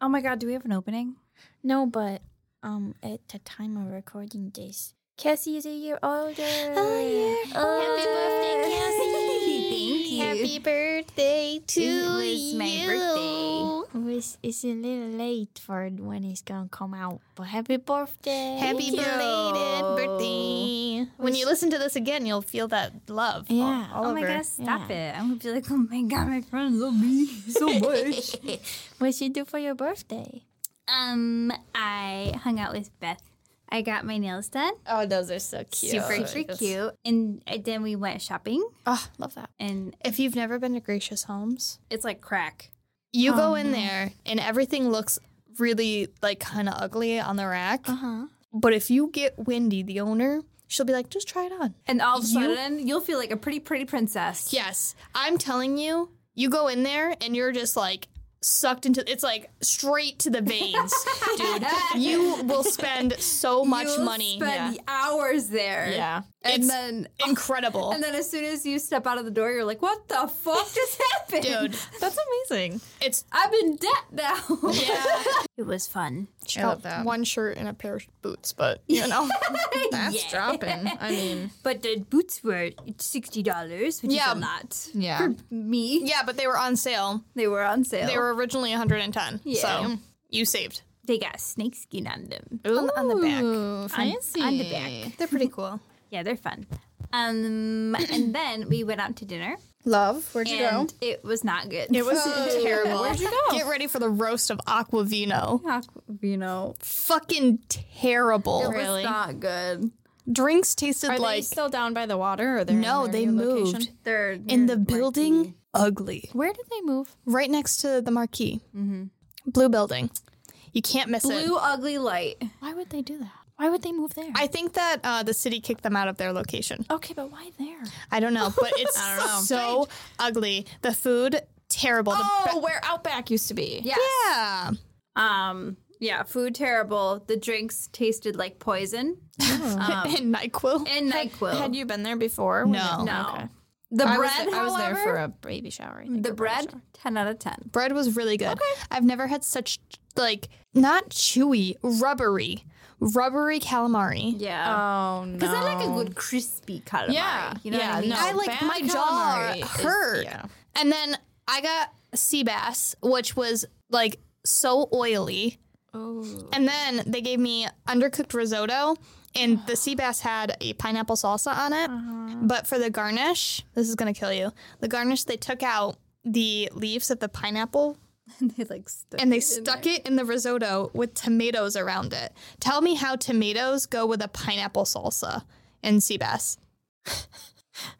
Oh my god, do we have an opening? No, but um, at the time of recording this, Cassie is a year older. Oh, Thank Happy birthday to It was you. my birthday. It's, it's a little late for when it's gonna come out, but happy birthday! Happy birthday! you. belated birthday. When you listen to this again, you'll feel that love. all- Yeah. All, Oh my over. god, stop it. I'm gonna be like, oh my god, my friends love me so much. What you do for your birthday? um, I hung out with Beth. I got my nails done. Oh, those are so cute. Super cute. cute. And uh, then we went shopping Oh, love that. and If you've never been to Gracious Homes, it's like crack. you go in there and everything looks really like kind of ugly on the rack. huh. But if you get Wendy, the owner, she'll be like, just try it on. And all of a You- sudden, you, will feel like a pretty, pretty princess. Yes, I'm telling you, you go in there and you're just like sucked into it's like straight to the veins, dude. You will spend so much You'll money. Spend hours there. yeah. And it's then incredible. and then as soon as you step out of the door, you're like, what the fuck just happened? Dude. That's amazing. it's I'm in debt now. yeah. It was fun. She got one shirt and a pair of boots, but you know That's dropping. I mean, But the boots were sixty dollars, which Yeah. is a lot. Yeah. For me. Yeah, but they were on sale. They were on sale. They They, were originally 110. Yeah. So you saved. got snakeskin on them. On, on the back. ooh, On- fancy. On, the back. They're pretty cool. Yeah, they're fun. Um and then we went out to dinner. Love, where'd you go? and it was not good. It was terrible. Where'd you go? Get ready for the roast of Aquavino. you know, Fucking terrible. it's not good. Drinks tasted Are like they still down by the water? Or they're no, in they their new moved Location? They're in the building. Ugly, Where did they move? right next to the marquee, Mm-hmm. blue building. You can't miss it. blue ugly light. Why would they do that? Why would they move there? I think that uh, the city kicked them out of their location. okay, but why there? I don't know, but it's so ugly. The food terrible. The Oh, where Outback used to be. Yes. yeah, Um. Yeah. Food terrible. The drinks tasted like poison. Um, and Nyquil. and Nyquil. Oh. Had you been there before? No. no. Okay. The I was, bread. I was there however, for a baby shower. I think, the or bridal bread. shower. Ten out of ten. Bread was really good. I've never had such like not chewy, rubbery, rubbery calamari. Yeah. Oh no. Because I like a good crispy calamari. Yeah. You know yeah, what I mean? no, I like bad my jaw calamari is- hurt. yeah. And then I got sea bass, which was like so oily. Ooh. And then they gave me undercooked risotto, and the sea bass had a pineapple salsa on it. Uh-huh. But for the garnish, this is gonna kill you. The garnish they took out the leaves of the pineapple And they like stuck and they it in stuck it in the risotto with tomatoes around it. Tell me how tomatoes go with a pineapple salsa and sea bass.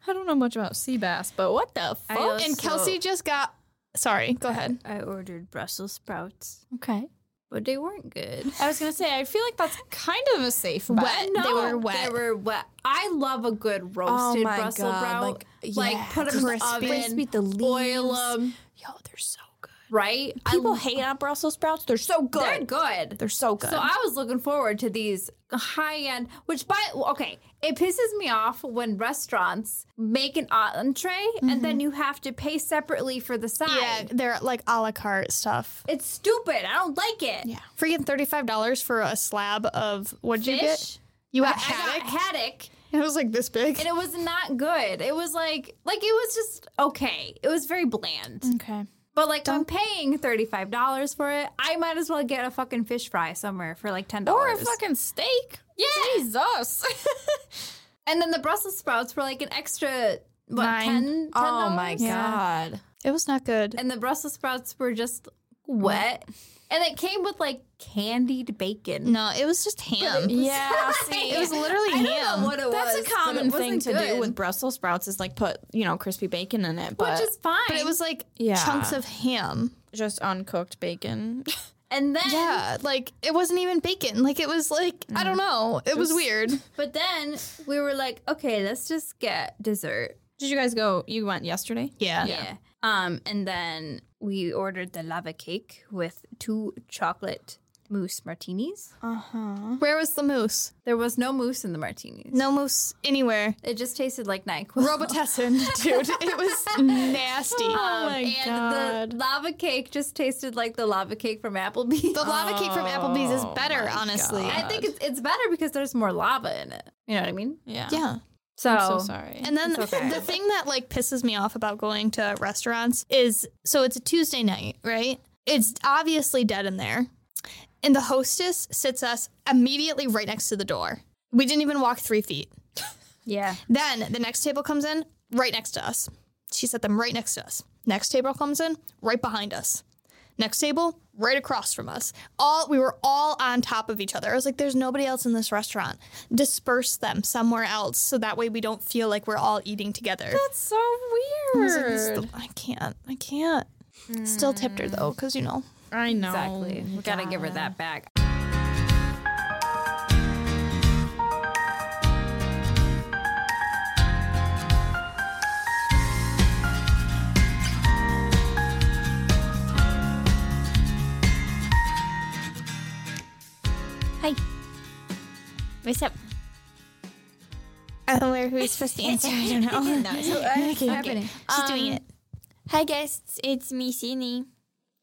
I don't know much about sea bass, but what the I fuck? also- And Kelsey just got. Sorry, go ahead. there. I ordered Brussels sprouts, Okay. but they weren't good. I was gonna say, I feel like that's kind of a safe bet. Wet. They were They wet. were wet. I love a good roasted Oh my Brussels God, sprout. like, Like, yeah, put them in the crispy. oven, Crispy, the oil leaves. them, Yo, they're so good. right? I People l- hate on Brussels sprouts. They're so good. They're good. They're so good. So I was looking forward to these high end, which by okay, it pisses me off when restaurants make an entree and then you have to pay separately for the side. Yeah, they're like a la carte stuff. It's stupid. I don't like it. Yeah. Freaking thirty-five dollars for a slab of what'd you get? Fish. You got I haddock. got haddock, it was like this big. and it was not good. It was like like it was just okay. It was very bland. okay. But like I'm paying thirty five dollars for it, I might as well get a fucking fish fry somewhere for like ten Or a dollars. fucking steak. Yeah. Jesus. and then the Brussels sprouts were like an extra what Nine. ten? $10? oh my god. It was not good. And the Brussels sprouts were just wet, and it came with like candied bacon. no, it was just ham. Yeah. see, It was literally I don't ham. know what it That's was. a but it common thing wasn't to do good. with Brussels sprouts is like put, you know, crispy bacon in it, but which is fine. But it was like Yeah. chunks of ham. just uncooked bacon. and then Yeah, like it wasn't even bacon. Like it was like I don't know. Mm. It was weird. but then we were like, okay, let's just get dessert. Did you guys go? You went yesterday? Yeah. Yeah. Um, and then we ordered the lava cake with two chocolate moose martinis. Uh. Where was the moose? There was no moose in the martinis. No moose anywhere. It just tasted like NyQuil. Robitussin, dude. It was nasty. Um, and the lava cake just tasted like the lava cake from Applebee's. The lava cake from Applebee's is better, honestly. I think it's, it's better because there's more lava in it. You know what I mean? Yeah. Yeah. So, So sorry. And then the thing that like pisses me off about going to restaurants is so it's a Tuesday night, right? It's obviously dead in there. And the hostess sits us immediately right next to the door. We didn't even walk three feet. yeah. Then the next table comes in right next to us. She set them right next to us. Next table comes in right behind us. Next table right across from us. All we were all on top of each other. I was like, "There's nobody else in this restaurant. Disperse them somewhere else, so that way we don't feel like we're all eating together." That's so I weird. was like, "This is the- I can't. I can't. Still tipped her though, because you know. I know. Exactly. we got to give her that back. What's up? I don't know who's supposed to answer. I don't know. She's doing it. Hi guys, it's me Sydney,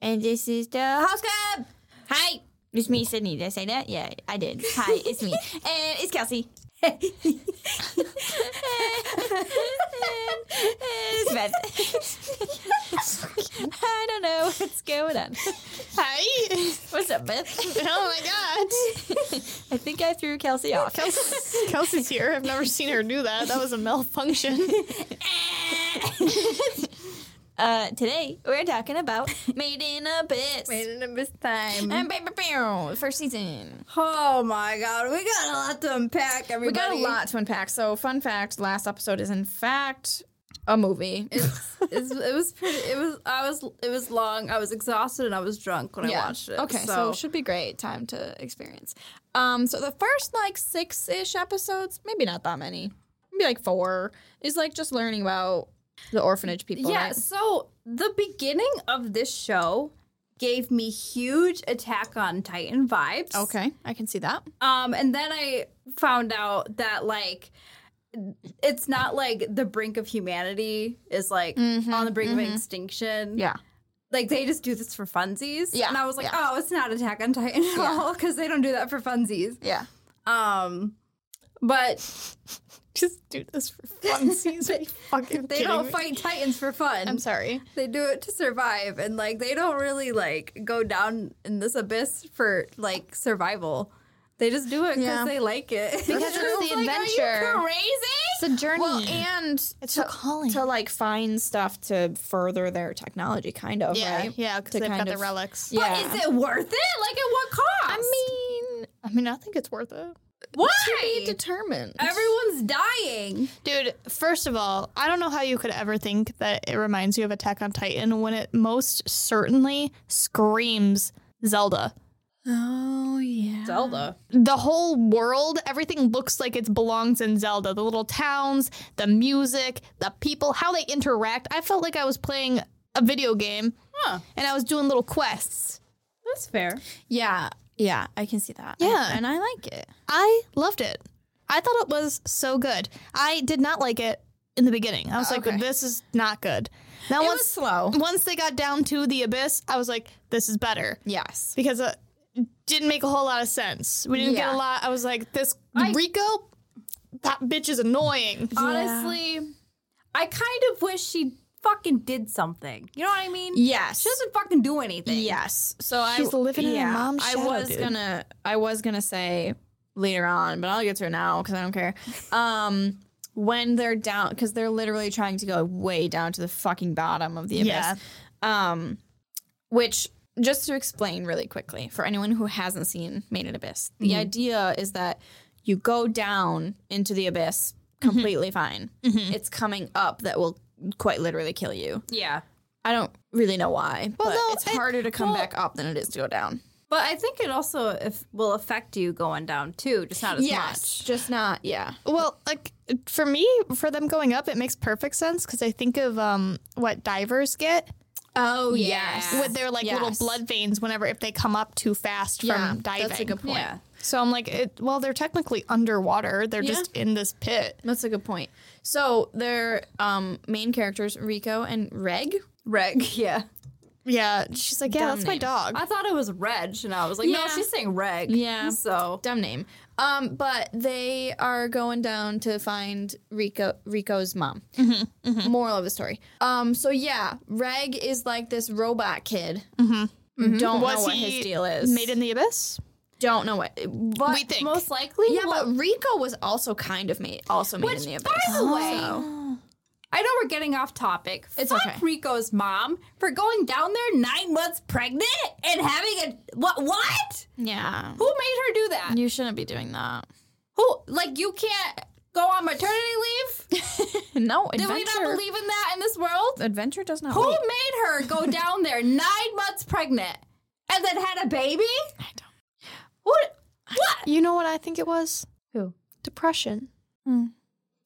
and this is the house club. Hi, it's me Sydney. Did I say that? Yeah, I did. Hi, it's me, and it's Kelsey. it's Beth. I don't know what's going on. Hi. What's up, Beth? Oh my god. I think I threw Kelsey off. Kelsey's, Kelsey's here. I've never seen her do that. That was a malfunction. Uh, today we're talking about Made in Abyss. And time. Bam Bam Bam, first season. Oh my god, we got a lot to unpack, everybody. We got a lot to unpack. So, fun fact: last episode is in fact a movie. It's, it's, it was pretty. It was. I was. It was long. I was exhausted and I was drunk when I watched it. Okay, so. it should be great time to experience. Um, so the first like six ish episodes, maybe not that many, maybe like four, is like just learning about the orphanage people. yeah. right? So the beginning of this show gave me huge Attack on Titan vibes. Okay, I can see that. Um, and then I found out that like it's not like the brink of humanity is like on the brink of extinction. Mm-hmm, Yeah. Like they just do this for funsies. Yeah, And I was like, oh, it's not Attack on Titan at all because they don't do that for funsies. Yeah. Um, but Just do this for fun season. Fucking they don't fight titans for fun. I'm sorry. They do it to survive, and like they don't really like go down in this abyss for like survival. They just do it because Yeah. they like it. Because it's the adventure. crazy? It's a journey. Well, and it's to, a calling. to like find stuff to further their technology, kind of. yeah, right? yeah, because To they've kind got the of- relics. Yeah. But is it worth it? Like at what cost? I mean, I mean, I think it's worth it. be why? determined. Everyone's dying. Dude, first of all, I don't know how you could ever think that it reminds you of Attack on Titan when it most certainly screams Zelda. oh yeah. Zelda. The whole world, everything looks like it belongs in Zelda. The little towns, the music, the people, how they interact. I felt like I was playing a video game and I was doing little quests. That's fair. Yeah. Yeah, I can see that. Yeah. and I like it. I loved it. I thought it was so good. I did not like it in the beginning. I was like, this is not good. Now, once, slow. once they got down to the abyss, I was like, this is better Yes. because it didn't make a whole lot of sense. We didn't get Yeah. a lot. I was like, this Rico, that bitch is annoying. Honestly, I kind of wish she fucking did something. You know what I mean? Yes. She doesn't fucking do anything. Yes. So She's I living in her yeah, mom's shadow, I was dude. gonna I was gonna say later on, but I'll get to it now because I don't care. Um when they're down because they're literally trying to go way down to the fucking bottom of the abyss. Yeah. Um which just to explain really quickly for anyone who hasn't seen Made in Abyss, the Mm-hmm. idea is that you go down into the abyss Mm-hmm. completely fine. It's coming up that will quite literally kill you. Yeah. I don't really know why, but no, it's it- harder to come back up than it is to go down. But I think it also if, will affect you going down too, just not as much. just not. Yeah, Well, like for me, for them going up, it makes perfect sense because I think of um, what divers get. Oh yes. with their like little Yes. blood veins whenever if they come up too fast Yeah, from diving. that's a good point. Yeah. So I'm like, it, well, they're technically underwater. They're just in this pit. That's a good point. So their um, main characters, Rico and Reg. Reg. Yeah. Yeah, she's like, yeah, that's my name. dog. I thought it was Reg, and I was like, no, Yeah. she's saying Reg. Yeah. So Dumb name. Um, but they are going down to find Rico Rico's mom. Mm-hmm, Moral of the story. Um, so yeah, Reg is like this robot kid. Don't know Mm-hmm, Was what he his deal is. Made in the abyss. Don't know what. But We think. most likely. yeah, well, but Rico was also kind of made also made in the abyss. by the way. I know we're getting off topic. It's Fuck okay. Rico's mom for going down there nine months pregnant and having a what? What? yeah, Who made her do that? you shouldn't be doing that. Who like you can't go on maternity leave? No, Do we not adventure. believe in that in this world? Adventure does not. Who wait. made her go down there nine months pregnant and then had a baby? I don't. What? What? You know what I think it was? Who? Depression. Hmm.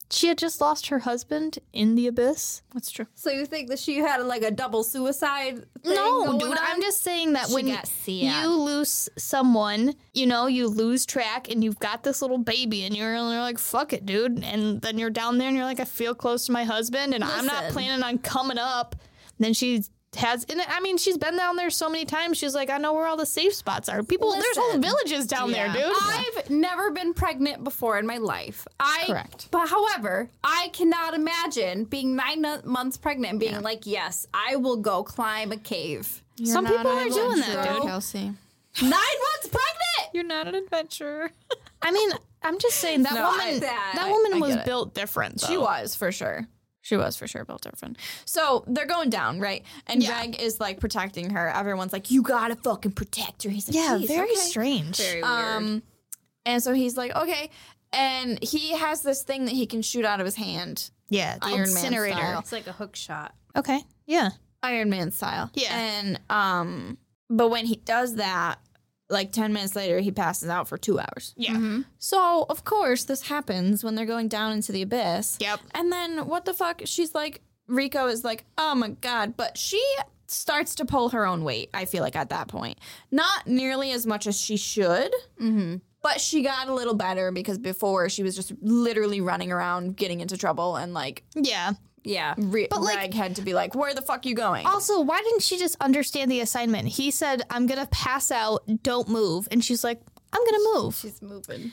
She had just lost her husband in the abyss. That's true. So you think that she had like a double suicide? Thing No, going dude, I'm on? just saying that She when got sad. you lose someone, you know, you lose track and you've got this little baby and you're, and you're like, fuck it, dude. And then you're down there and you're like, I feel close to my husband and I'm not Listen. planning on coming up. And then she has, and I mean, she's been down there so many times. She's like, I know where all the safe spots are. People, there's whole Listen. villages down there, dude. I've never been pregnant before in my life. I Correct. But however, I cannot imagine being nine no- months pregnant and being like, "Yes, I will go climb a cave." Some people are doing adventurer. that, dude. Kelsey. nine months pregnant. You're not an adventurer. I mean, I'm just saying that No, I- woman. that- that, I- woman I was get it. built different. She though. was for sure. She was for sure built different. So they're going down, right? And Reg is like protecting her. Everyone's like, "You gotta fucking protect her." He's like, Yeah, "Jeez, very okay." strange. Uh, Um, and so he's like, "Okay." And he has this thing that he can shoot out of his hand, yeah, the Iron Man incinerator. style. It's like a hook shot. Okay. Yeah. Iron Man style. Yeah. And um, but when he does that, like ten minutes later, he passes out for two hours. Yeah. So, of course, this happens when they're going down into the abyss. Yep. And then what the fuck? She's like, Rico is like, oh my God. But she starts to pull her own weight, I feel like, at that point. Not nearly as much as she should. Mm-hmm. But she got a little better because before she was just literally running around, getting into trouble, and like, Yeah. Yeah. re- But, like- Reg had to be like, where the fuck you going? Also, why didn't she just understand the assignment? He said, "I'm gonna pass out. Don't move," and she's like, "I'm gonna move." She's moving.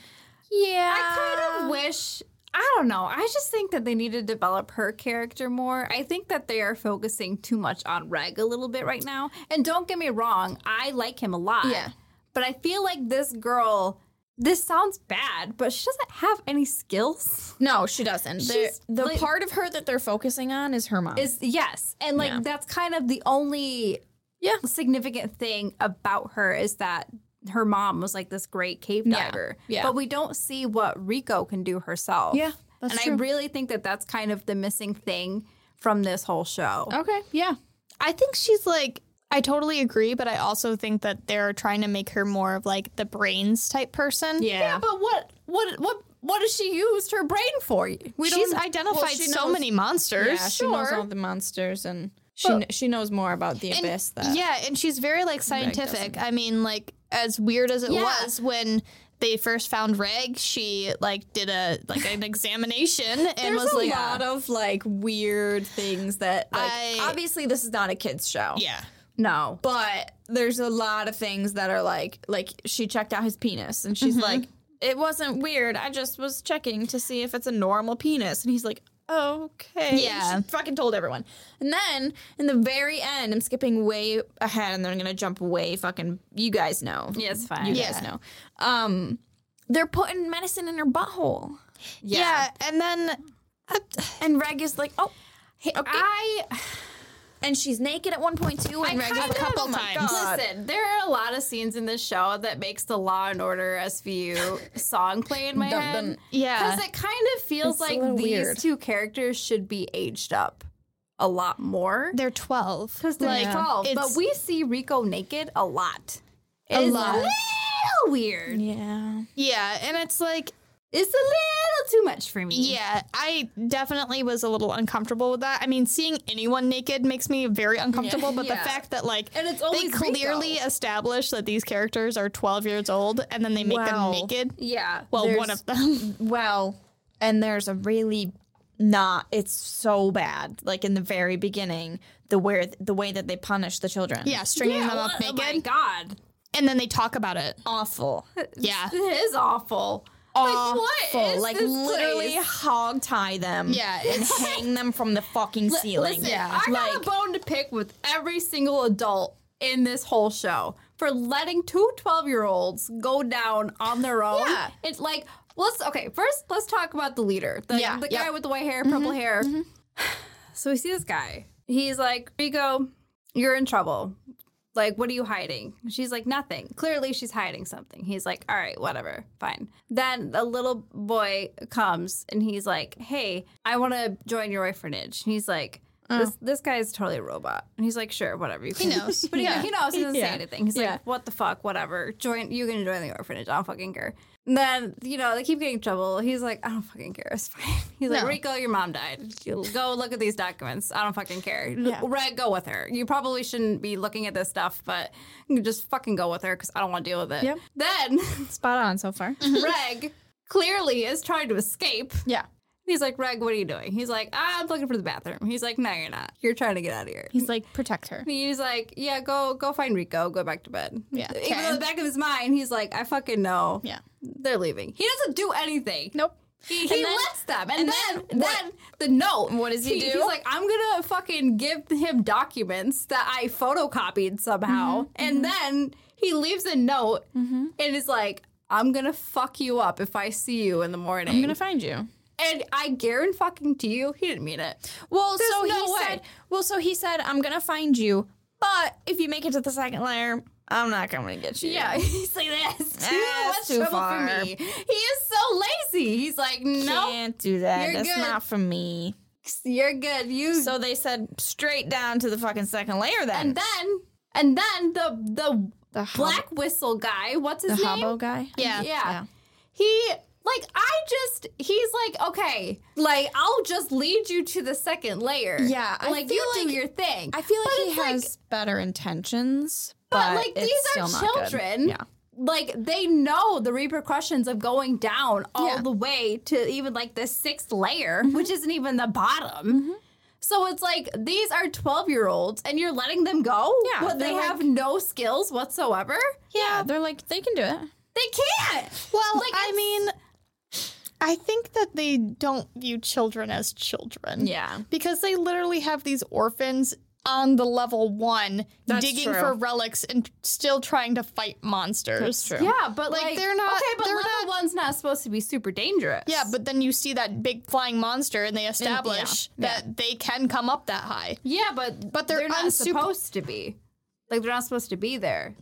yeah. I kind of wish. I don't know. I just think that they need to develop her character more. I think that they are focusing too much on Reg a little bit right now. And don't get me wrong, I like him a lot. Yeah. But I feel like this girl. This sounds bad, but she doesn't have any skills. No, she doesn't. They're- She's, The like- part of her that they're focusing on is her mom. Is yes, and like Yeah. that's kind of the only Yeah. significant thing about her is that her mom was like this great cave Yeah. diver. Yeah. But we don't see what Rico can do herself. Yeah, that's and I true. really think that that's kind of the missing thing from this whole show. okay. Yeah. I think she's like, I totally agree, but I also think that they're trying to make her more of like the brains type person. Yeah, but what what what what has she used her brain for? We she's don't identified well, she so knows- many monsters. Yeah, she knows Sure. all the monsters, and she kn- she knows more about the And- abyss. That Yeah, and she's very like scientific. I mean, like as weird as it Yeah. was when they first found Reg, she like did a like an examination and there's was a like, lot of like "Ah." weird things that like I- obviously this is not a kids show. yeah, no. but there's a lot of things that are like like she checked out his penis, and she's like, it wasn't weird. I just was checking to see if it's a normal penis, and he's like. Okay. Yeah. She fucking told everyone. And then in the very end, I'm skipping way ahead and then I'm going to jump way fucking. You guys know. Yeah, it's fine. You guys know. Um, they're putting medicine in her butthole. yeah, and then And Reg is like, oh, hey, okay. I and she's naked at one point too. And I Reg is kind like, of- couple oh my times. God. Listen, there are a lot of scenes in this show that makes the Law and Order SVU song play in my Dun, head. dun. yeah, Because it kind of feels It's a like little these weird. two characters should be aged up a lot more. they're twelve. Because they're Like, 12. But it's- we see Rico naked a lot. A It's lot. a little weird. Yeah. Yeah, and it's like It's a little too much for me. Yeah, I definitely was a little uncomfortable with that. I mean, seeing anyone naked makes me very uncomfortable, but the fact that like And it's they always clearly Rico. establish that these characters are 12 years old and then they make Wow. them naked. Yeah. Well, There's- one of them. Well, and there's a really not it's so bad like in the very beginning the where the way that they punish the children Yeah, stringing them up Oh my naked. god. and then they talk about it. awful Yeah. It is awful. awful is like this literally hog tie them Yeah, and hang them from the fucking ceiling Listen, I got a bone to pick with every single adult in this whole show for letting two 12 year olds go down on their own. Yeah. It's like, let's, okay, first let's talk about the leader, the, Yeah, Mm-hmm, the yeah. guy with the white hair, purple hair. So we see this guy. He's like, Rico, you're in trouble. Like, what are you hiding? She's like, nothing. Clearly, she's hiding something. He's like, all right, whatever, fine. Then a little boy comes and he's like, hey, I want to join your orphanage. And he's like, this, this guy is totally a robot. And he's like, sure, whatever. You can. Uh. He knows. But he, he knows. He doesn't say anything. He's like, what the fuck, whatever. Join. You're going to join the orphanage. I don't fucking care. And then, you know, they keep getting in trouble. He's like, I don't fucking care. It's fine. He's like, Rico, your mom died. You Go look at these documents. I don't fucking care. Right, go with her. You probably shouldn't be looking at this stuff, but you can just fucking go with her because I don't want to deal with it. Yep. Then spot on so far. Mm-hmm. Reg clearly is trying to escape. Yeah. He's like, Reg, what are you doing? He's like, I'm looking for the bathroom. He's like, no, you're not. You're trying to get out of here. He's like, protect her. He's like, yeah, go go find Rico, go back to bed. Yeah. Even though in the back of his mind, he's like, I fucking know. Yeah. They're leaving. He doesn't do anything. Nope. He, he lets them. And, then then, the note. What does he, do? He's like, I'm gonna fucking give him documents that I photocopied somehow. and then he leaves a note and is like, I'm gonna fuck you up if I see you in the morning. i'm gonna find you and I guarantee fucking to you, he didn't mean it. well There's so no he way. said well so he said i'm gonna find you but if you make it to the second layer i'm not gonna get you Yeah, he's like that's too Ah, much it's too trouble for far. me. He is so lazy. He's like, no, can't do that You're that's good. not for me you're good. You So they said straight down to the fucking second layer then. and then and then the the, black whistle guy. What's his name? guy? Yeah. yeah, he like I just he's like okay, like I'll just lead you to the second layer. Yeah, I like feel you do like- your thing. I feel But like it's he has better intentions. But, like it's these still are not good. children. Yeah. Like they know the repercussions of going down all the way to even like the sixth layer, Mm-hmm. which isn't even the bottom. So it's like these are 12 year olds and you're letting them go? Yeah, When they they're have no skills whatsoever? yeah. They're like, they can do it. They can't. Well, Like, I it's- mean, I think that they don't view children as children. Yeah. Because they literally have these orphans on the level one digging true. for relics and still trying to fight monsters. That's true. Yeah, but like, they're not- Okay, but they're level not- one's not supposed to be super dangerous. Yeah, but then you see that big flying monster and they establish that they can come up that high. Yeah, but But they're not unsup- supposed to be. Like they're not supposed to be there.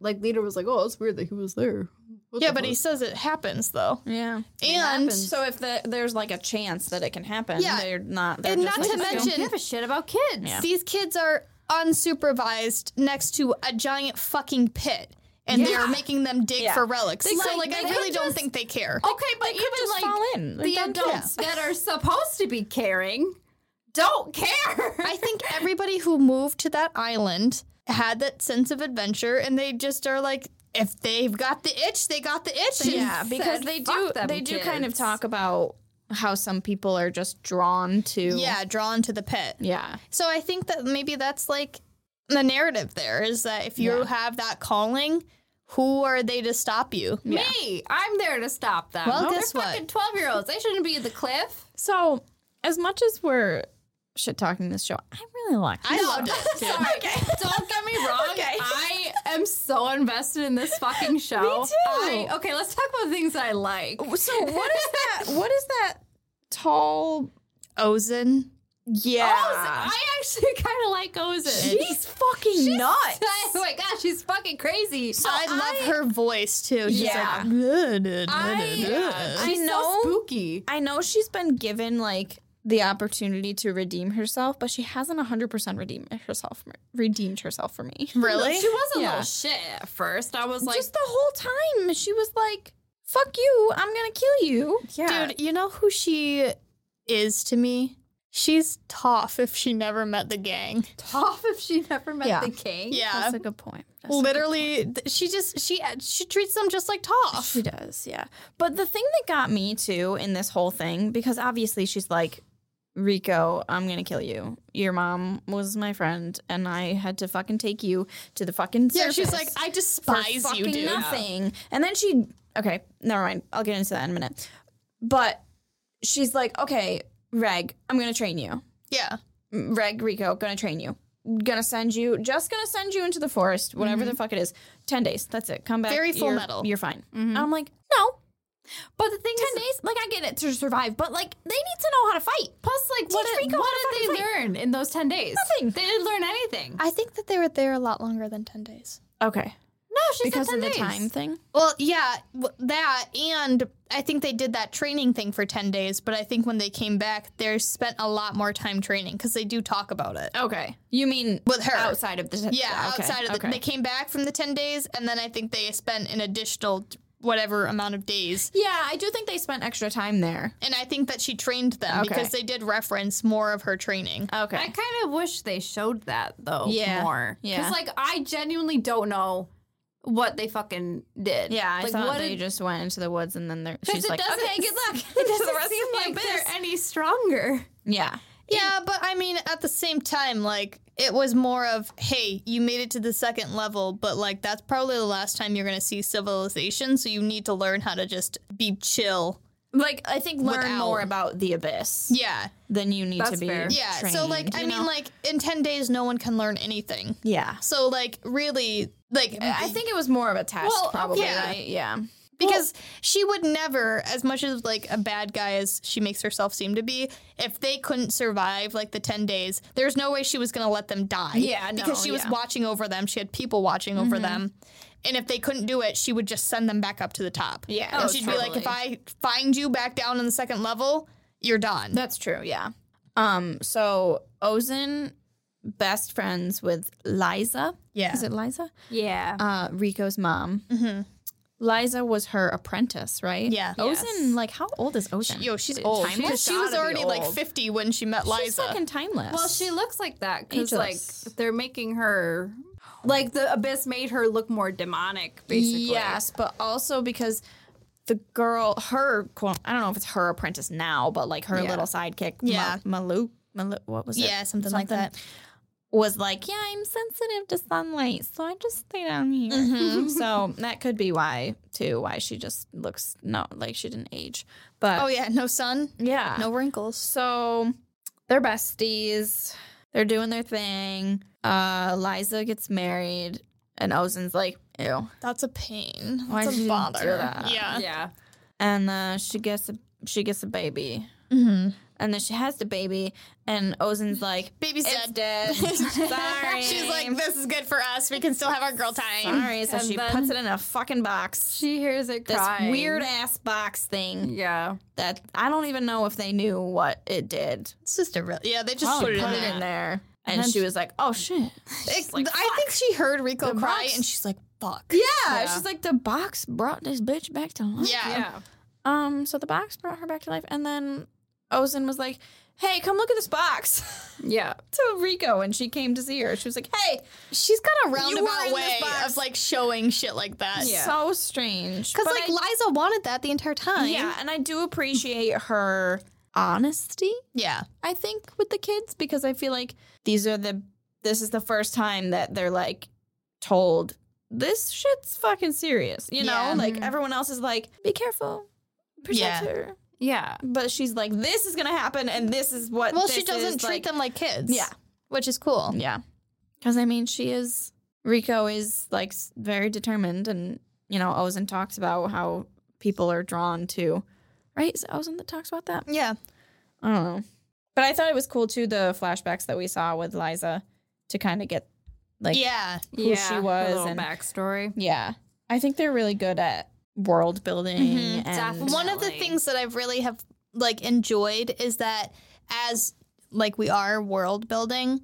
Like leader was like, "Oh, it's weird that he was there." What yeah, the but fuck?" he says it happens though. Yeah. And So if the, there's like a chance that it can happen, Yeah. they're not. They're And just not like, to I don't mention- give a shit about kids. these kids are unsupervised next to a giant fucking pit and they're making them dig for relics. so like I they really could don't just- Oh think they care. Okay, but even just like fall in. Like, the don't care. adults that are supposed to be caring don't care. I think everybody who moved to that island had that sense of adventure, and they just are like, if they've got the itch, they got the itch. And yeah, because said, they "Fuck do. them They do kind of kids." talk about how some people are just drawn to. yeah, drawn to the pit. Yeah. So I think that maybe that's like the narrative there is that if you have that calling, who are they to stop you? Me, I'm there to stop them. Well, They're guess what? fucking twelve year olds. They shouldn't be at the cliff. So as much as we're shit talking this show, I really like. I loved it. Sorry, don't get me wrong. I am so invested in this fucking show. Me too. okay, let's talk about things that I like. So what is that? What is that tall? Ozen. Yeah, Ozen. I actually kind of like Ozen. she's fucking nuts. oh my gosh, she's fucking crazy. I love her voice too. She's Yeah. like, "Duh, duh, duh, duh, duh." uh, I so know. spooky. I know she's been given like the opportunity to redeem herself, but she hasn't hundred percent redeemed herself. Redeemed herself for me. really? She was a Yeah. little shit at first. I was like, Just the whole time, she was like fuck you, I'm gonna kill you. Dude, you know who she is to me? She's tough if she never met the gang. Off if she never met Yeah. the king. Yeah. good point. Literally, th- she just she uh, she treats them just like tough. She does, yeah. But the thing that got me too in this whole thing, because obviously she's like, Rico, I'm gonna kill you. Your mom was my friend, and I had to fucking take you to the fucking Yeah, she's like, surface I for despise you, fucking dude. nothing. And then she, okay, never mind. I'll get into that in a minute. But she's like, okay, Reg, I'm gonna train you. Yeah, Reg Rico, gonna train you. Gonna send you, just gonna send you into the forest, whatever the fuck it is. 10 days, that's it. Come back. Very Full you're- Metal. You're fine. And I'm like, no. But the thing 10 days, like, I get it to survive, but like, they need to know how to fight. Plus, like, What did, what did they learn in those 10 days? Nothing. They didn't learn anything. I think that they were there a lot longer than ten days. Okay. no, she Because said 10 of the days. time thing. Well, yeah, w- that and I think they did that training thing for ten days. But I think when they came back, they spent a lot more time training because they do talk about it. Okay. You mean With her. outside of the Yeah, okay, outside of the, okay. they came back from the ten days, and then I think they spent an additional t- whatever amount of days. Yeah, I do think they spent extra time there. And I think that she trained them Okay. because they did reference more of her training. Uh, Okay. I kind of wish they showed that though Yeah. more. Yeah. Because like I genuinely don't know what they fucking did. yeah, I like, thought what they did- just went into the woods and then they're, she's it like, doesn't, okay, good luck. It doesn't seem like they're any stronger. Yeah. Yeah, but I mean, at the same time, like it was more of, hey, you made it to the second level, but like that's probably the last time you're gonna see civilization, so you need to learn how to just be chill. Like, I think learn Without- more about the abyss. Yeah, then you need to be fair. yeah. so like, I mean, like in ten days, no one can learn anything. yeah So like, really, like i think it was more of a test oh, probably right yeah because she would never as much as like a bad guy as she makes herself seem to be if they couldn't survive like the 10 days there's no way she was going to let them die Yeah, no, because she was yeah. watching over them she had people watching over them and if they couldn't do it she would just send them back up to the top Yeah. and Oh, she'd be like if i find you back down in the second level you're done that's true yeah um so ozen best friends with liza yeah Mm-hmm. is it liza Yeah. uh rico's mom liza was her apprentice right Yeah. ozen like how old is ozen yo she's old timeless? she was gotta be already like old. 50 when she met she's liza fucking timeless Well, she looks like that because like Ageless. they're making her like the abyss made her look more demonic basically. Yes, but also because the girl, her, quote- I don't know if it's her apprentice now, but like her little sidekick, Yeah. Ma- Malou, Malou, what was it? Yeah, something like that. Was like, yeah, I'm sensitive to sunlight, so I just stay down here. Mm-hmm. so that could be why too, why she just looks no like she didn't age. But oh yeah no sun yeah, no wrinkles so they're besties. They're doing their thing. Uh, Liza gets married, and Ozen's like, ew. that's a pain Why that's did you a do bother that? yeah Yeah. and uh, she gets a she gets a baby, Mhm. and then she has the baby, and Ozen's like, Baby's "It's dead." Sorry, She's like, this is good for us. We can still have our girl time. Sorry, so she then- puts it in a fucking box. She hears it This crying. weird ass box thing Yeah. that I don't even know if they knew what it did. It's just a real. Oh, Yeah, they just She put it in it there. in there, and she was like, "Oh shit!" It- I think she heard Rico cry box- and she's like, fuck. yeah, she's like, "The box brought this bitch back to life." Yeah. Yeah. Um, so the box brought her back to life, and then Ozen was like, "Hey, come look at this box." Yeah. to Rico and she came to see her. She was like, "Hey, She's got a were in roundabout this way box. of like showing shit like that. so strange." Because But like I- Liza wanted that the entire time. yeah, and I do appreciate her honesty. Yeah. I think with the kids because I feel like these are the this is the first time that they're like told this shit's fucking serious. You know, Yeah. Mm-hmm. like everyone else is like, "Be careful." Protect Yeah. her. Yeah. But she's like, this is gonna happen, and this is what. Well, she this is, doesn't treat like- them like kids. Yeah. Which is cool. Yeah. Because, I mean, she is, Rico is like s- very determined. And, you know, Ozen talks about how people are drawn to, right? Is it Ozen that talks about that? Yeah. I don't know. But I thought it was cool too, the flashbacks that we saw with Liza to kind of get like Yeah. who yeah. she A was. little And backstory. yeah, I think they're really good at world building. And Definitely. One of the things that I've really have like enjoyed is that as like we are world building,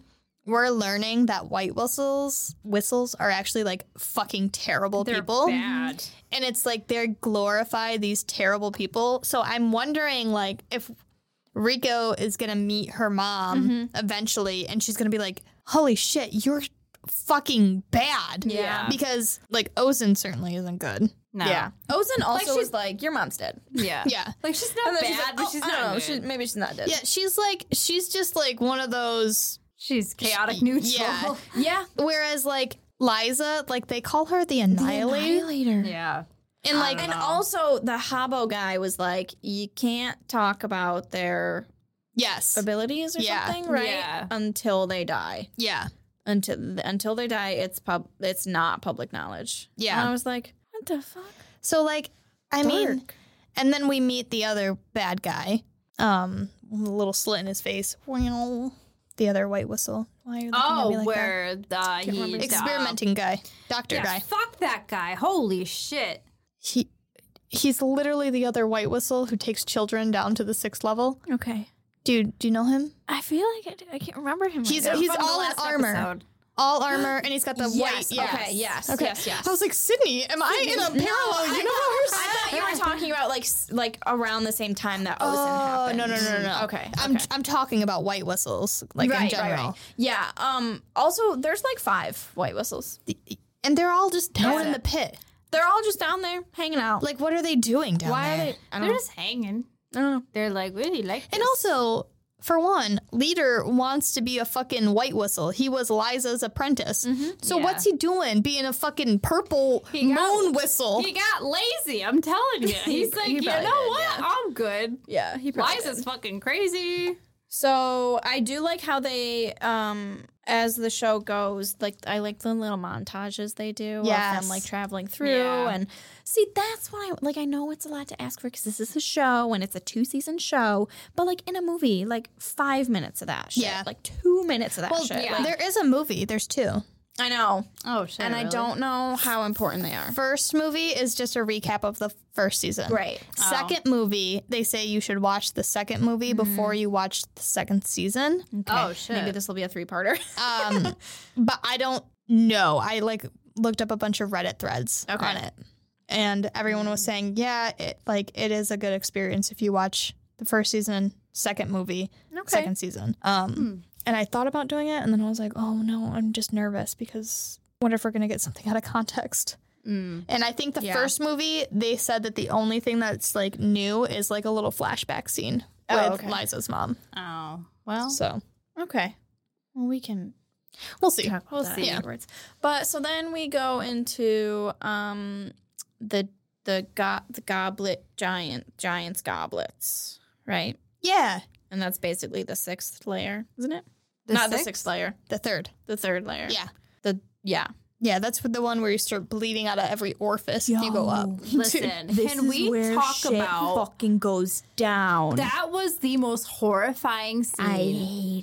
we're learning that white whistles whistles are actually like fucking terrible people. Bad. And it's like they glorify these terrible people. So I'm wondering like if Rico is gonna meet her mom eventually and she's gonna be like, Holy shit, you're fucking bad. Yeah. Because like Ozen certainly isn't good. No. Yeah. Ozen also she's- was like, your mom's dead. Yeah. Yeah. Like she's not And bad, then she's like, but "Oh, she's I not. don't know. good. She, maybe she's not dead. Yeah, she's like she's just like one of those she's chaotic neutral. Yeah. Yeah. Whereas like Liza, like they call her the annihilator. Yeah. and like And also, the Habo guy was like, you can't talk about their yes. abilities or Yeah. something, right? Yeah. Until they die. Yeah. Until until they die, it's pub. It's not public knowledge. Yeah. And I was like, what the fuck? So like I mean and then we meet the other bad guy. Um a little slit in his face. Wow. The other white whistle. Why are you looking at Oh, me like that? where the he's experimenting guy. Doctor guy. Fuck that guy. Holy shit. He he's literally the other white whistle who takes children down to the sixth level. Okay. Dude, do you know him? I feel like I, do- I can't remember him. He's right he's From the all in last armor. episode. All armor and he's got the white yes. Okay. Yes. Okay. Yes. Yes. I was like, Sydney, am I in a parallel universe? I thought you were talking about like s- like around the same time that Ozen Oh happened. no no no no! no. Okay, I'm okay. I'm talking about white whistles, like in general, Yeah. Um. Also, there's like five white whistles. and they're all just down in the pit. They're all just down there hanging out. Like, what are they doing down Why are there? they? I don't They're know. just hanging. They're like, really like and also, for one, leader wants to be a fucking white whistle. He was Liza's apprentice, Mm-hmm. so Yeah. what's he doing being a fucking purple moon whistle? He got lazy. I'm telling you. He's like, you know what? I'm good. Yeah. He probably did. Liza's fucking crazy. So I do like how they, um, as the show goes, like I like the little montages they do Yes. of them like traveling through, Yeah. and see that's what I like. I know it's a lot to ask for because this is a show and it's a two season show, but like in a movie, like five minutes of that, shit, Yeah. like two minutes of that well, shit. yeah, there is a movie. There's two. I know, Oh shit. and I don't know how important they are. First movie is just a recap of the first season. Right. Second movie, they say you should watch the second movie before you watch the second season. Oh shit. Maybe this will be a three parter. Um, but I don't know. I like looked up a bunch of Reddit threads on it, and everyone was saying, yeah, it like it is a good experience if you watch the first season, second movie, second season. Um, and I thought about doing it, and then I was like, oh no, I'm just nervous because what if we're gonna get something out of context? Mm. And I think the first movie, they said that the only thing that's like new is like a little flashback scene with Liza's mom. Oh. Well, So okay, well we can we'll see. talk about that afterwards. But so then we go into um the the go- the goblet giant giants goblets, right? Yeah, And that's basically the sixth layer, isn't it? The Not the sixth? sixth layer, the third. the third layer. Yeah. The yeah. Yeah, that's the one where you start bleeding out of every orifice if you go up. listen. can we talk about fucking goes down? That was the most horrifying scene. I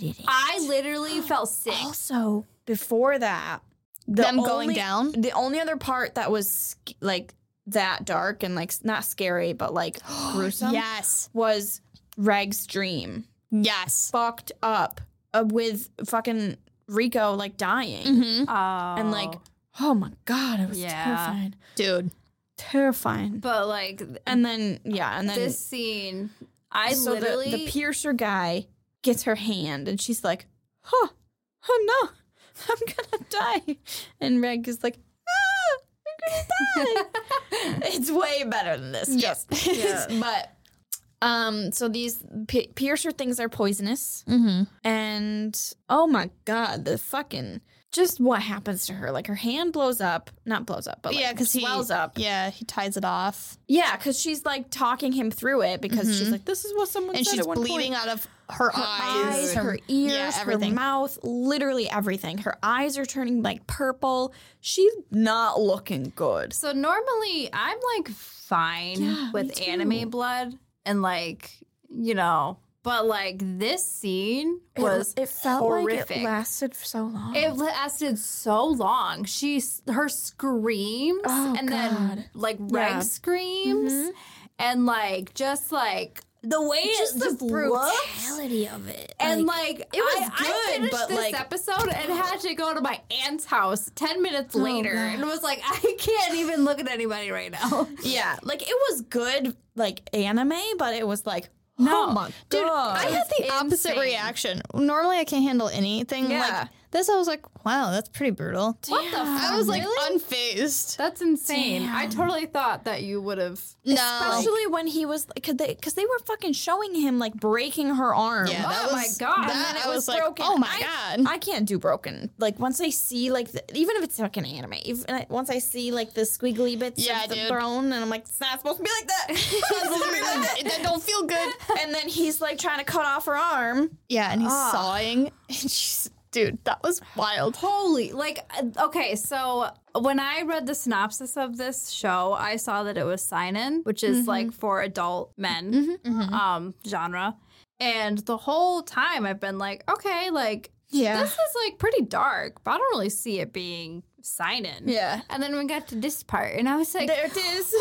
hated it. I literally felt sick. also, before that, the Them going only- down. The only other part that was sc- like that dark and like not scary, but like gruesome. Yes. was Reg's dream. Yes. Fucked up uh, with fucking Rico like dying Oh. and like, oh my god, it was Yeah. terrifying, Dude. terrifying. but like And then yeah, and then this scene, I so the- literally the, piercer guy gets her hand and she's like, huh, oh no, I'm gonna die. And Reg is like, ah, I'm gonna die. it's way better than this. Yes. but um, so these pi piercer things are poisonous. Mm-hmm. And oh my god, the fucking just what happens to her? Like her hand blows up, not blows up, but like yeah, because he swells up. Yeah, he ties it off, Yeah, because she's like talking him through it because she's like, "This is what someone Mm-hmm. and said." she's at one point." bleeding out of her, eyes. eyes, her ears, yeah, her everything. mouth, literally everything. Her eyes are turning like purple. She's not looking good. So normally I'm like fine with anime blood and like, you know, but like this scene was it felt horrific. like it lasted so long. It lasted so long. She s- her screams Oh, and then like Reg screams and like just like Mm-hmm. the way it's just the brute Reality of it. and like it was good, finished but, this like- episode and had to go to my aunt's house ten Oh, minutes later, and was like, I can't even look at anybody right now. Yeah, like it was good, like anime, but it was like, no, oh my Dude, God. I had the opposite reaction. Normally, I can't handle anything. Yeah. Like this, I was like, wow, that's pretty brutal. What the? I was like unfazed. That's insane. I totally thought that you would have. No. Especially when he was, because they, 'cause they were fucking showing him like breaking her arm. Yeah, that Oh my was- God. That, And then it I was, was like, broken. oh my I- god. I can't do broken. Like once I see like the, even if it's like an anime, even I- once I see like the squiggly bits Yeah, of the dude. throne, and I'm like, it's not supposed to be like that. that don't feel good. and then he's like trying to cut off her arm. Yeah, and he's sawing. And she's, dude, that was wild. Holy, like, uh, okay, so when I read the synopsis of this show, I saw that it was seinen, which is like for adult men um, genre. And the whole time I've been like, okay, like, Yeah. this is like pretty dark, but I don't really see it being seinen. Yeah. And then we got to this part, and I was like, There it is.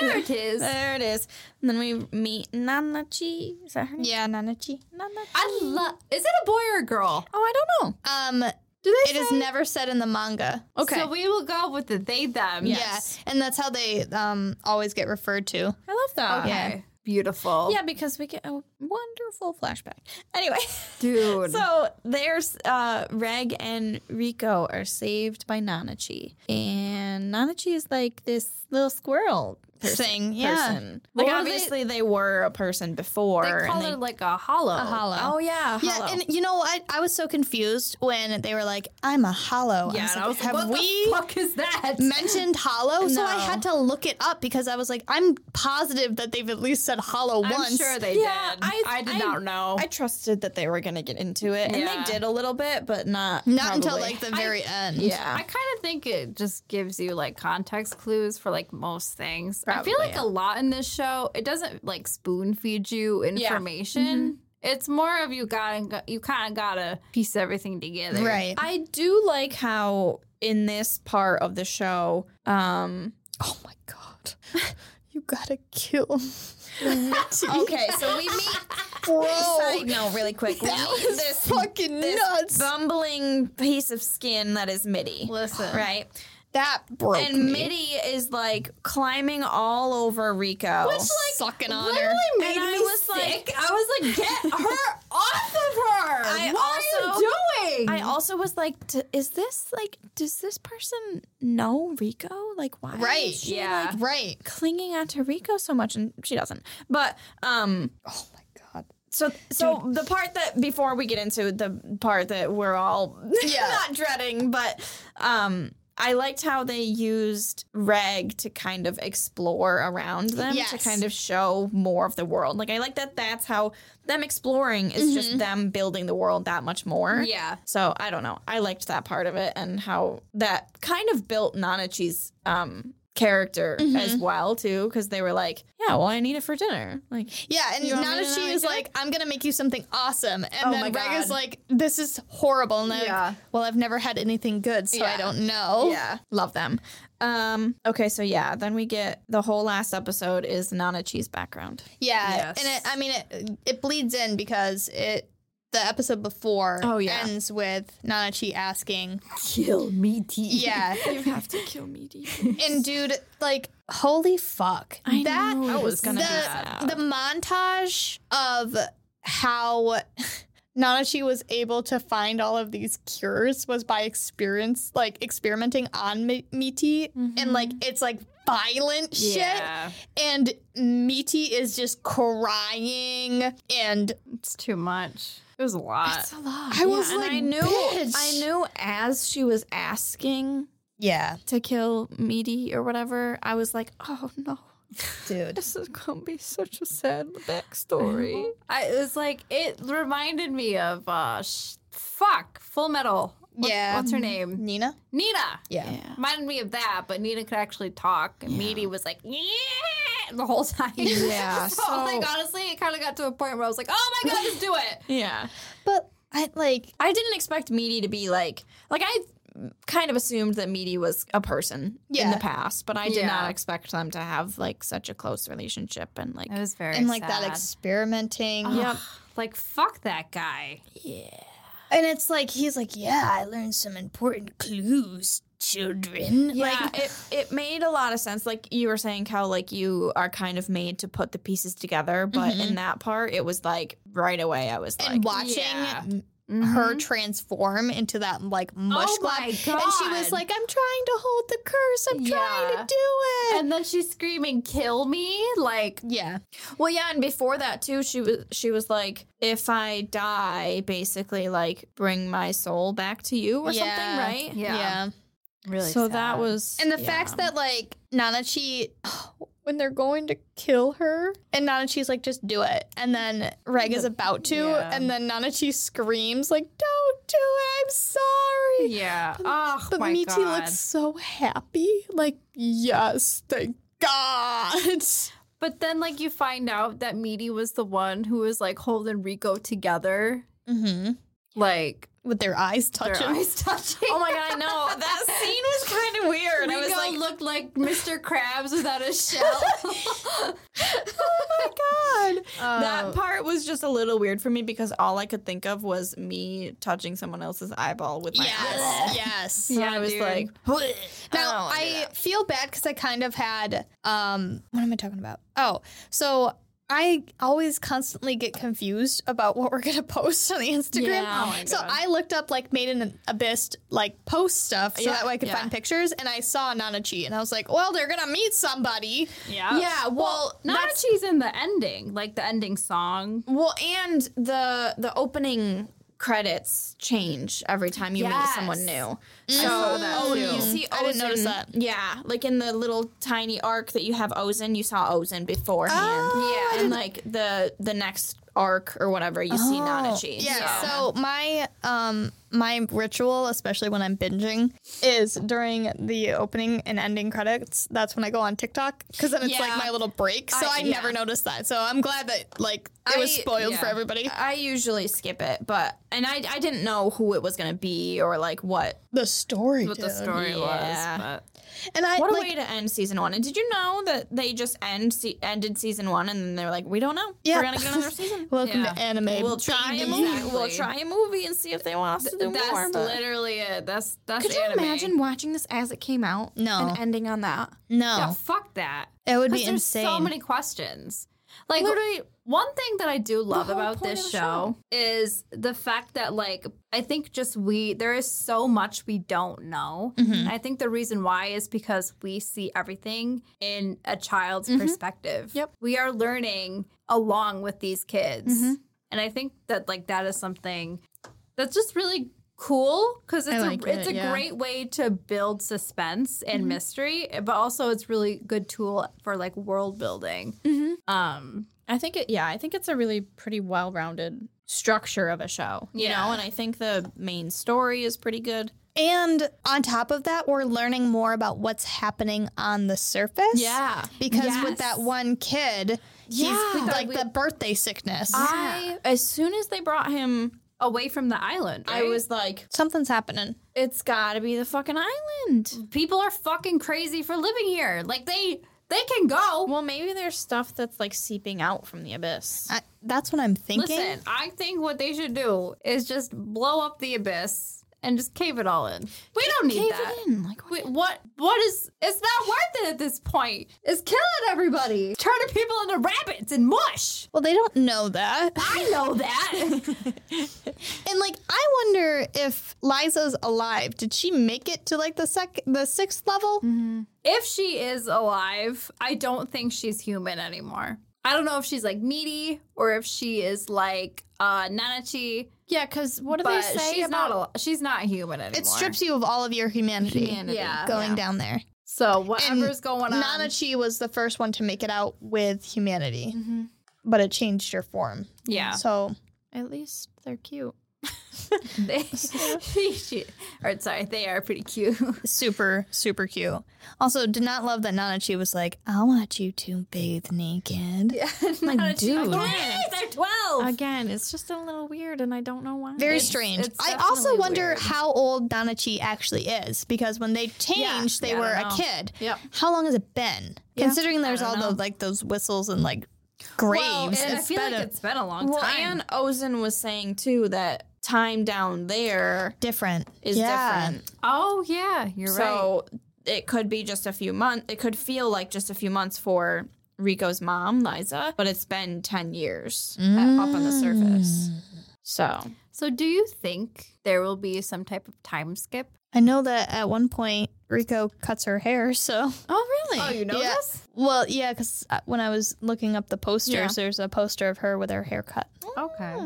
there it is. there it is. And then we meet Nanachi. Is that her name? Yeah, Nanachi. Nanachi. I love. Is it a boy or a girl? Oh, I don't know. Um, it is never said in the manga. Okay. So we will go with the they them. Yeah, and that's how they um always get referred to. I love that. Okay. Yeah. Beautiful. Yeah, because we get a wonderful flashback. Anyway. Dude. So there's uh Reg and Rico are saved by Nanachi. And Nanachi is like this little squirrel person. Thing, yeah. person. Like What are they- obviously they, were a person before. they call and it like a hollow. A hollow. Oh yeah. Yeah, hollow. and you know what? I was so confused when they were like, "I'm a hollow." Yeah, I was like, "Have we fuck is that? mentioned hollow?" So I had to look it up because I was like, "I'm positive that they've at least said hollow once." I'm sure they Yeah, did. I- I, did I- not know. I trusted that they were gonna get into it. And they did a little bit, but not Not until probably. like the very end. Yeah. I kind of think it just gives you like context clues for like most things. I feel like a lot in this show, it doesn't like spoon feed you information. It's more of you gotta you kind of gotta piece everything together. Right. I do like how in this part of the show, um oh my god. you gotta kill. Okay, so we meet Bro. Oh. Side note, really quick. We meet this Fucking this nuts. bumbling piece of skin that is Mitty. Listen. Right? That broke and me. Mitty is like climbing all over Rico. sucking on her. made and I was like, I was like, get her off of her. I what also- are you doing? I also was like, "D- is this like, does this person know Rico? Like, why? Right. Is she, Yeah. Like, Right. clinging onto Rico so much, and she doesn't. But um, Oh my god. So, so the part that before we get into the part that we're all not dreading, but um, I liked how they used Reg to kind of explore around them to Yes. kind of show more of the world. Like I like that that's how them exploring Mm-hmm. is just them building the world that much more. yeah. So I don't know. I liked that part of it and how that kind of built Nanachi's um character as Mm-hmm. well too because they were like, yeah, well I need it for dinner. Like Yeah, and want me to know Nanashi what is I did? like, I'm gonna make you something awesome, and my then Reg God. is like, this is horrible. And yeah. Yeah. well, I've never had anything good, so I don't know. Yeah, love them. Um, okay, so yeah, then we get the whole last episode is Nana Cheese background. Yeah, Yes. and it, I mean, it it bleeds in because it the episode before Oh, yeah. ends with Nanachi asking, Kill me, T. E. yeah, You have to kill me, and dude, like, holy fuck, I that knew it was gonna the be sad. the montage of how. Nanashi was able to find all of these cures was by experience, like experimenting on Mi- Miti, and like Mm-hmm. it's like violent Yeah. shit, and Miti is just crying, and It's too much. It was a lot. It's a lot. I was and like, I knew, "Bitch." I knew as she was asking yeah, to kill Meaty or whatever, I was like, oh no, dude, this is gonna be such a sad backstory. I, it was like it reminded me of uh, sh- fuck Full Metal. What- Yeah. what's her name? Nina, Nina. yeah. Reminded me of that, but Nina could actually talk, and Meaty was like, yeah, the whole time. Yeah, so, so- like honestly, it kind of got to a point where I was like, oh my god, just do it. Yeah. but I like I didn't expect Meaty to be like like I kind of assumed that Meaty was a person in Yeah. the past, but I did Yeah. not expect them to have like such a close relationship and like Uh, It was very and like that sad. experimenting. Yep. like fuck that guy. And it's like he's like, yeah, I learned some important clues, children. Like Like it, it made a lot of sense. Like you were saying how like you are kind of made to put the pieces together, but in that part it was like right away I was like Mm-hmm. and watching yeah. Mm-hmm. her transform into that like mush glob. Oh my and she was God. like, I'm trying to hold the curse. I'm trying Yeah. to do it. And then she's screaming, "Kill me!" Like yeah. Well, yeah, and before that too, she was she was like, "If I die, basically, like bring my soul back to you or Yeah. something, right?" Yeah. really. so sad. that was And the yeah. fact that like Nanachi when they're going to kill her and Nanachi's like just do it and then Reg is about to Yeah. and then Nanachi screams like don't do it I'm sorry. yeah. Oh But my Michi god. looks so happy like yes thank god. But then, like, you find out that Meaty was the one who was like holding Rico together, Mm-hmm. like With their eyes their touching. eyes touching. oh my god, I know that scene was kind of weird. I was Rico like, looked like Mr. Krabs without a shell. "Oh my god," that part was just a little weird for me because all I could think of was me touching someone else's eyeball with my eyes. Yes. yes. Yeah, I was like, Now I don't wanna do I, feel bad because I kind of had um what am I talking about? Oh, so I always constantly get confused about what we're gonna post on the Instagram. Oh so I looked up like made in abyss like post stuff so that way I could find pictures and I saw Nanachi and I was like, Well, they're gonna meet somebody. yeah. "Yeah, well, Not that she's in the ending, like the ending song. Well, and the the opening credits change every time you meet someone new. So, oh, you see Ozen. I didn't notice that. Yeah, like in the little tiny arc that you have Ozen, you saw Ozen beforehand. yeah, and like the the next arc or whatever, you see Nanachi. Yeah. So my um my ritual, especially when I'm binging, is during the opening and ending credits. That's when I go on TikTok because then it's Yeah. like my little break. So I, never noticed that. So I'm glad that like it was I- spoiled for yeah. everybody. I usually skip it, but and I I didn't know who it was gonna be or like what. The story. What the story Yeah. was, but And I What a like way to end season one! And did you know that they just end se- ended season one, and then they're like, "We don't know. Yeah. We're gonna get another season." welcome Yeah. to anime. We'll try a baby. movie. We'll try a movie and see if they want us to do that's more. But. literally it. That's that's Could you anime. imagine watching this as it came out? No. and ending on that. Yeah, No, fuck that. it would be Because there's insane. so many questions. Like literally, one thing that I do love whole about point this of the show, is the fact that like I think just we there is so much we don't know. And I think the reason why is because we see everything in a child's perspective. Yep. We are learning along with these kids. And I think that like that is something that's just really cool because it's like a it's it, a yeah. Mm-hmm. great way to build suspense and mystery, but also it's really good tool for like world building. Mm-hmm. Um, I think it. Yeah, I think it's a really pretty well-rounded structure of a show. You know, and I think the main story is pretty good. And on top of that, we're learning more about what's happening on the surface. Yeah. Because Yes. with that one kid, Yeah. he's like the birthday sickness. Ah. I as soon as they brought him, away from the island, I right? was like, Something's happening. "It's got to be the fucking island." people are fucking crazy for living here. Like they they can go. Well, maybe there's stuff that's like seeping out from the abyss. I, that's what I'm thinking. Listen, I think what they should do is just blow up the abyss and just cave it all in. We don't need Cave that. it in, like Wait, what? What is? It's not worth it at this point. It's killing everybody, turning people into rabbits and mush. Well, they don't know that. I know that. And like, I wonder if Liza's alive. Did she make it to like the sec, the sixth level? Mm-hmm. if she is alive, I don't think she's human anymore. I don't know if she's like meaty or if she is like uh, Nanachi, Yeah, because what do but they say she's about not al- she's not human anymore. It strips you of all of your humanity. Yeah. Going down there. So whatever's going on, Nanachi was the first one to make it out with humanity, but it changed your form. Mm-hmm. yeah. So At least they're cute. They, she, or sorry, they are pretty cute. Super, super cute. Also, did not love that Nanachi was like, I want you to bathe naked. Yeah, like, dude. They're twelve. Again, it's just a little weird, and I don't know why. Very strange. it's I also definitely wonder weird. how old Nanachi actually is because when they changed, they Yeah, I were a don't know. kid. Yep. How long has it been? Considering there's all the like those whistles and like graves. And I it's feel been like a it's been a long Well, time. and Ozen was saying too that time down there different. is yeah. different. oh yeah, you're right. So it could be just a few months. It could feel like just a few months for Rico's mom, Liza, but it's been 10 years uh, up on the surface. So So do you think there will be some type of time skip? I know that at one point Rico cuts her hair, so Oh really? Oh, you know yeah. this? Well, yeah, because when I was looking up the posters, there's a poster of her with her hair cut. Okay.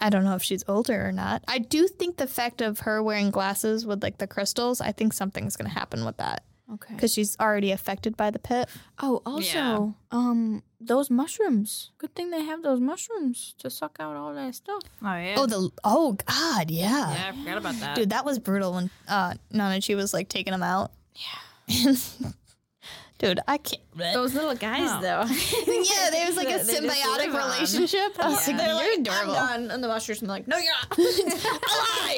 I don't know if she's older or not. I do think the fact of her wearing glasses with like the crystals, I think something's gonna happen with that okay. because she's already affected by the pit. Oh, also, um, those mushrooms. Good thing they have those mushrooms to suck out all that stuff. Oh yeah. Oh, the oh god, yeah, I forgot about that. dude, that was brutal when uh, Nanachi was like taking them out. Yeah, dude, I can't. Those little guys, though. yeah, there was like a They just symbiotic live on. relationship. I was like, They're you're like, adorable. I'm done. And the mushrooms are like, no, you're not.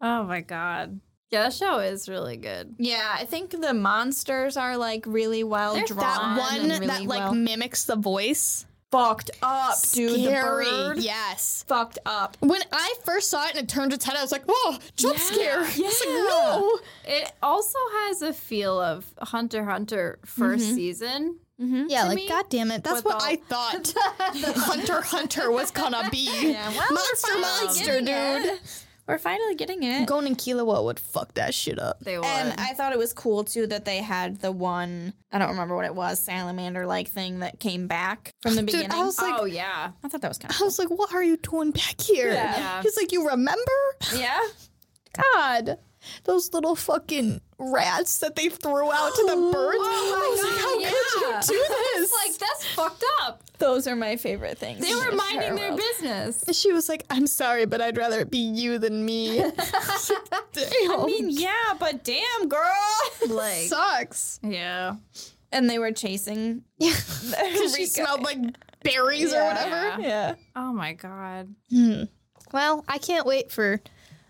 Oh my god. Yeah, that show is really good. yeah, I think the monsters are like really well drawn. that one and really that like well- mimics the voice. fucked up, dude. The Scary. bird Yes. fucked up. When I first saw it and it turned its head, I was like, "Whoa, jump scare!" It's like, no. It also has a feel of Hunter x Hunter 1st season. Hmm? Yeah, like, god damn it, that's what I thought. Hunter x Hunter was gonna be monster, monster, dude. We're finally getting it. Gon and Killua would fuck that shit up. They were. And I thought it was cool too that they had the one I don't remember what it was salamander like thing that came back from the beginning. Dude, I was like, oh yeah. I thought that was kind of I was like, what are you doing back here? Yeah. He's like, you remember? Yeah. God, those little fucking rats that they threw out to the birds. I was like, how could you do this? Like that's fucked up. those are my favorite things. They They're minding their business. And she was like, I'm sorry, but I'd rather it be you than me. Damn. yeah, but damn girl. Like sucks. yeah. and they were chasing. Yeah. Because she smelled like berries or whatever. Yeah. Oh my god. Well, I can't wait for.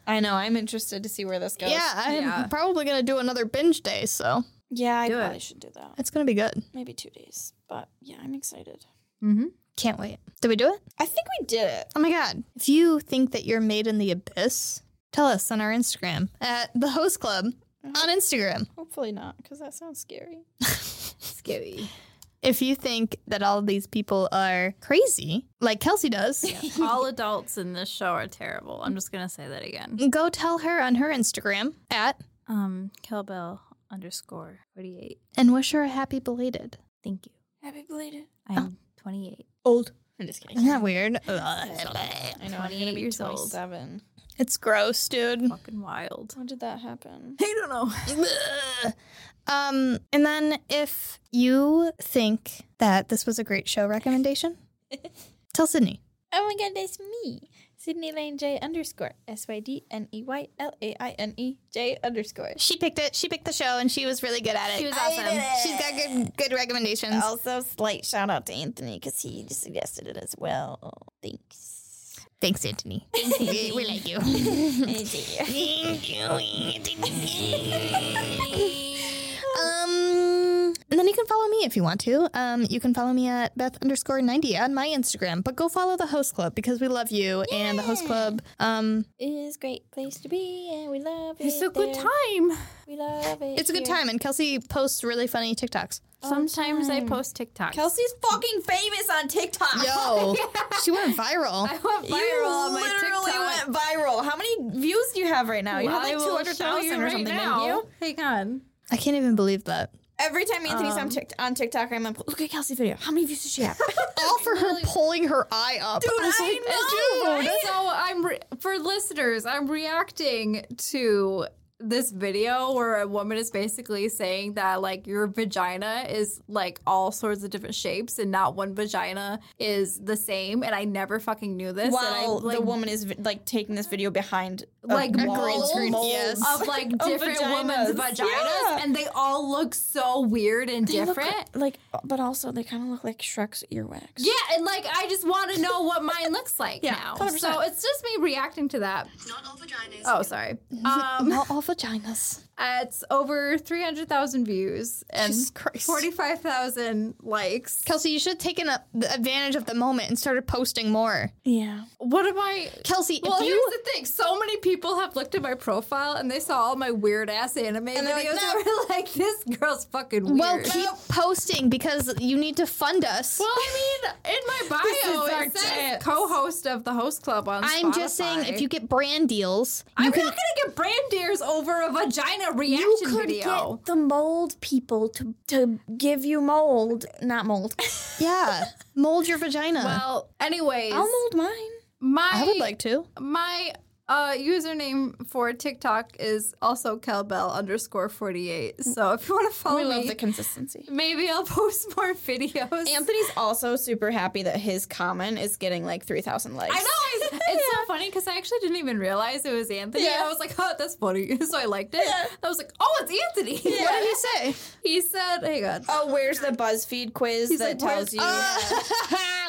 I know. I'm interested to see where this goes. Yeah, I'm probably going to do another binge day, so Yeah, I probably should do that. it's going to be good. Maybe two days. But yeah, I'm excited. Can't wait. Did we do it? I think we did it. Oh my God. If you think that you're made in the abyss, tell us on our Instagram at the host club on Instagram. Hopefully not, because that sounds scary. Skibby. If you think that all of these people are crazy, like Kelsey does, All adults in this show are terrible. I'm just gonna say that again. go tell her on her Instagram at Um, Kelbell underscore forty eight. and wish her a happy belated. Thank you. Happy belated. I'm twenty eight. Old. I'm just kidding. Isn't that weird? I know. I'm 28 gonna be years old. 27. It's gross, dude. Fucking wild. When did that happen? Um, and then if you think that this was a great show recommendation, tell Sydney. Oh my god, that's me. Sydney Lane J underscore S Y D N E Y L A I N E J underscore. She picked it. She picked the show, and she was really good at it. She was awesome. She's got good good recommendations. Also, slight shout out to Anthony because he just suggested it as well. Thanks. Thanks, Anthony. we, we like you. Um, and then you can follow me if you want to. Um, you can follow me at Beth underscore ninety on my Instagram. But go follow the Host Club because we love you and the Host Club. Um, It's a great place to be, and we love it. It's a good there. time. We love it. it's a good here. time, and Kelsey posts really funny TikToks. Sometimes I post TikToks. Kelsey's fucking famous on TikTok. Yo, she went viral. went viral You on my literally TikTok. went viral. How many views do you have right now? You have I like will two show hundred thousand you or right something, now. didn't you? Hang on. I can't even believe that. Every time Anthony's on, Tik on TikTok, I'm like, look at Kelsey's video. How many views does she have? All for her pulling her eye up. Dude, I was like, So I'm re- for listeners. I'm reacting to this video where a woman is basically saying that like your vagina is like all sorts of different shapes and not one vagina is the same and I never fucking knew this and I While like the woman is like taking this video behind a like wall. molds, screen, molds yes. of like different women's vaginas. vaginas and they all look so weird and different. like, but also they kind of look like Shrek's earwax. yeah, and like I just want to know what mine looks like now. So it's just me reacting to that. Not all vaginas. Oh, sorry. Um, Not all vaginas. it's over three hundred thousand views and Jesus Christ. forty-five thousand likes. Kelsey, you should have taken up the advantage of the moment and started posting more. yeah. What am I? Kelsey, Well, if you here's the thing. So many people have looked at my profile and they saw all my weird ass anime videos and were like, "This girl's fucking weird." well keep posting because you need to fund us. Well, I mean, in my bio it says co-host of the Host Club on I'm just saying, if you get brand deals, you I'm can. not gonna get brand ears over a vagina reaction You could video. get the mold people to to give you mold, not mold. yeah, mold your vagina. well, anyways, I'll mold mine. my I would like to. my uh, username for TikTok is also Kelbell underscore forty eight. So if you want to follow We me, love the consistency. maybe I'll post more videos. Anthony's also super happy that his comment is getting like three thousand likes. I know it's, it's so funny because I actually didn't even realize it was Anthony. I was like, "Oh, that's funny," so I liked it. I was like, "Oh, it's Anthony." What did he say? He said, "Hang on." Oh, where's the BuzzFeed quiz like, that tells you Ah."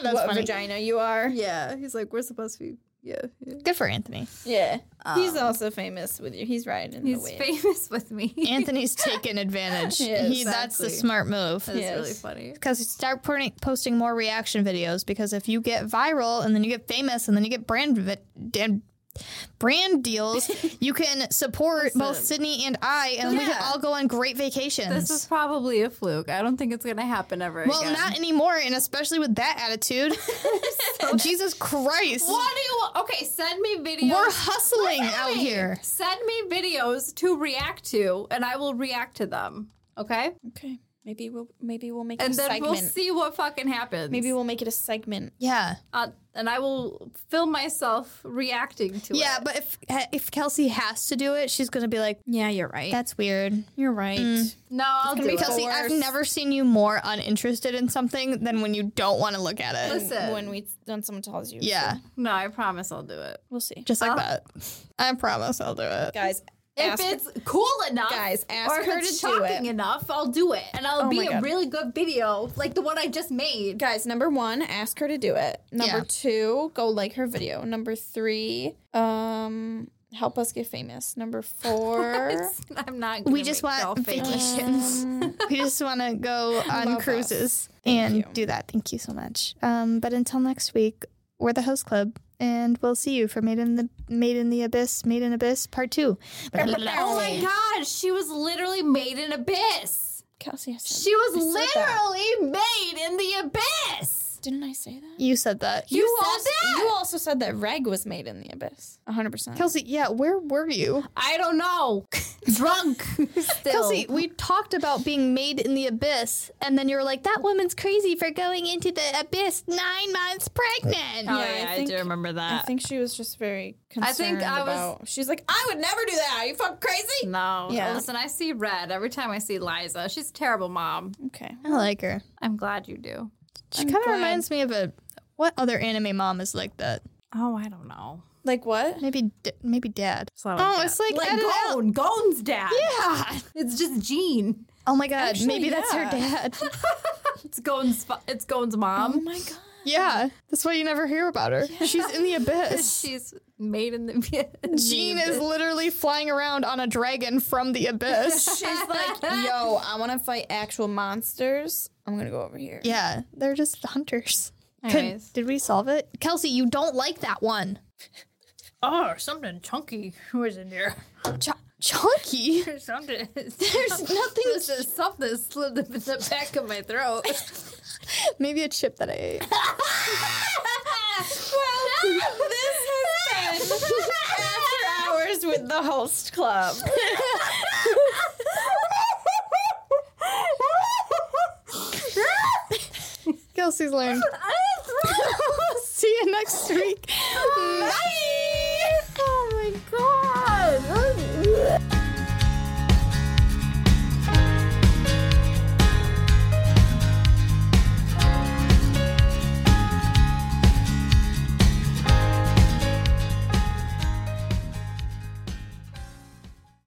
That's what funny. vagina you are? Yeah, he's like, "Where's the BuzzFeed?" Yeah, yeah. Good for Anthony. Yeah, he's also famous with you. He's riding he's the wave. famous with me. Anthony's taken advantage. Yeah, he, That's the exactly. smart move. That's really funny. Because you start putting, posting more reaction videos. Because if you get viral and then you get famous and then you get brand vi- dan- brand deals, you can support both Sydney and I, and we can all go on great vacations. This is probably a fluke. I don't think it's gonna happen ever well, again. not anymore, and especially with that attitude. Jesus Christ, what do you? want? Okay, send me videos. we're hustling out here. Send me videos to react to, and I will react to them. Okay, Okay, maybe we'll maybe we'll make it and a then segment. we'll see what fucking happens. Maybe we'll make it a segment. Yeah, uh, and I will film myself reacting to yeah, it. but if if Kelsey has to do it, she's gonna be like, Yeah, you're right. "That's weird." you're right. No, I'll do it. Kelsey, I've never seen you more uninterested in something than when you don't want to look at it. Listen. When we when someone tells you, Yeah, no, I promise I'll do it. we'll see. just like that. I promise I'll do it. Guys, If ask- it's cool enough, Guys, ask or if her it's to do it. shocking enough, I'll do it, and I'll be Oh my a God. really good video, like the one I just made. guys, number one, ask her to do it. Number Yeah. two, go like her video. Number three, um, help us get famous. Number four, I'm not. We gonna just make y'all want famous. vacations. we just want to go on Love cruises and do that. Thank you so much. Um, but until next week, we're the host club, and we'll see you for Made in the Made in the Abyss, Made in Abyss Part Two. Oh my god, she was literally made in abyss. Kelsey, I said, She was said that. literally made in the abyss. didn't I say that? You said that. You, said that? You also said that Reg was made in the abyss. 100%. Kelsey, yeah, where were you? I don't know. Drunk. Still. Kelsey, we talked about being made in the abyss, and then you were like, that woman's crazy for going into the abyss nine months pregnant. yeah, I, do remember that. I think she was just very concerned think I was- about. She's like, I would never do that. Are you fucking crazy? No. Yeah. Listen, I see red every time I see Liza. She's a terrible mom. Okay. I like her. I'm glad you do. She kind of reminds me of a. What other anime mom is like that? Oh, I don't know. Like what? Maybe, d- maybe dad. not oh, it's like, Like edit out. Gone. Gone's dad. Yeah. It's just Jean. Oh my god. maybe that's her yeah. dad. It's Gone's fu- it's Gone's Oh mom. my god. yeah. That's why you never hear about her. She's in the abyss. She's made in the Jean is literally flying around on a dragon from the abyss. She's like, yo, I want to fight actual monsters. I'm gonna go over here. yeah, they're just hunters. Could- Anyways. did we solve it? Kelsey, you don't like that one. Oh, something chunky was in there. Ch- chunky? There's something. There's nothing. There's something slid in the back of my throat. Maybe a chip that I ate. Hours with the host club. Kelsey's learned. See you next week. Bye.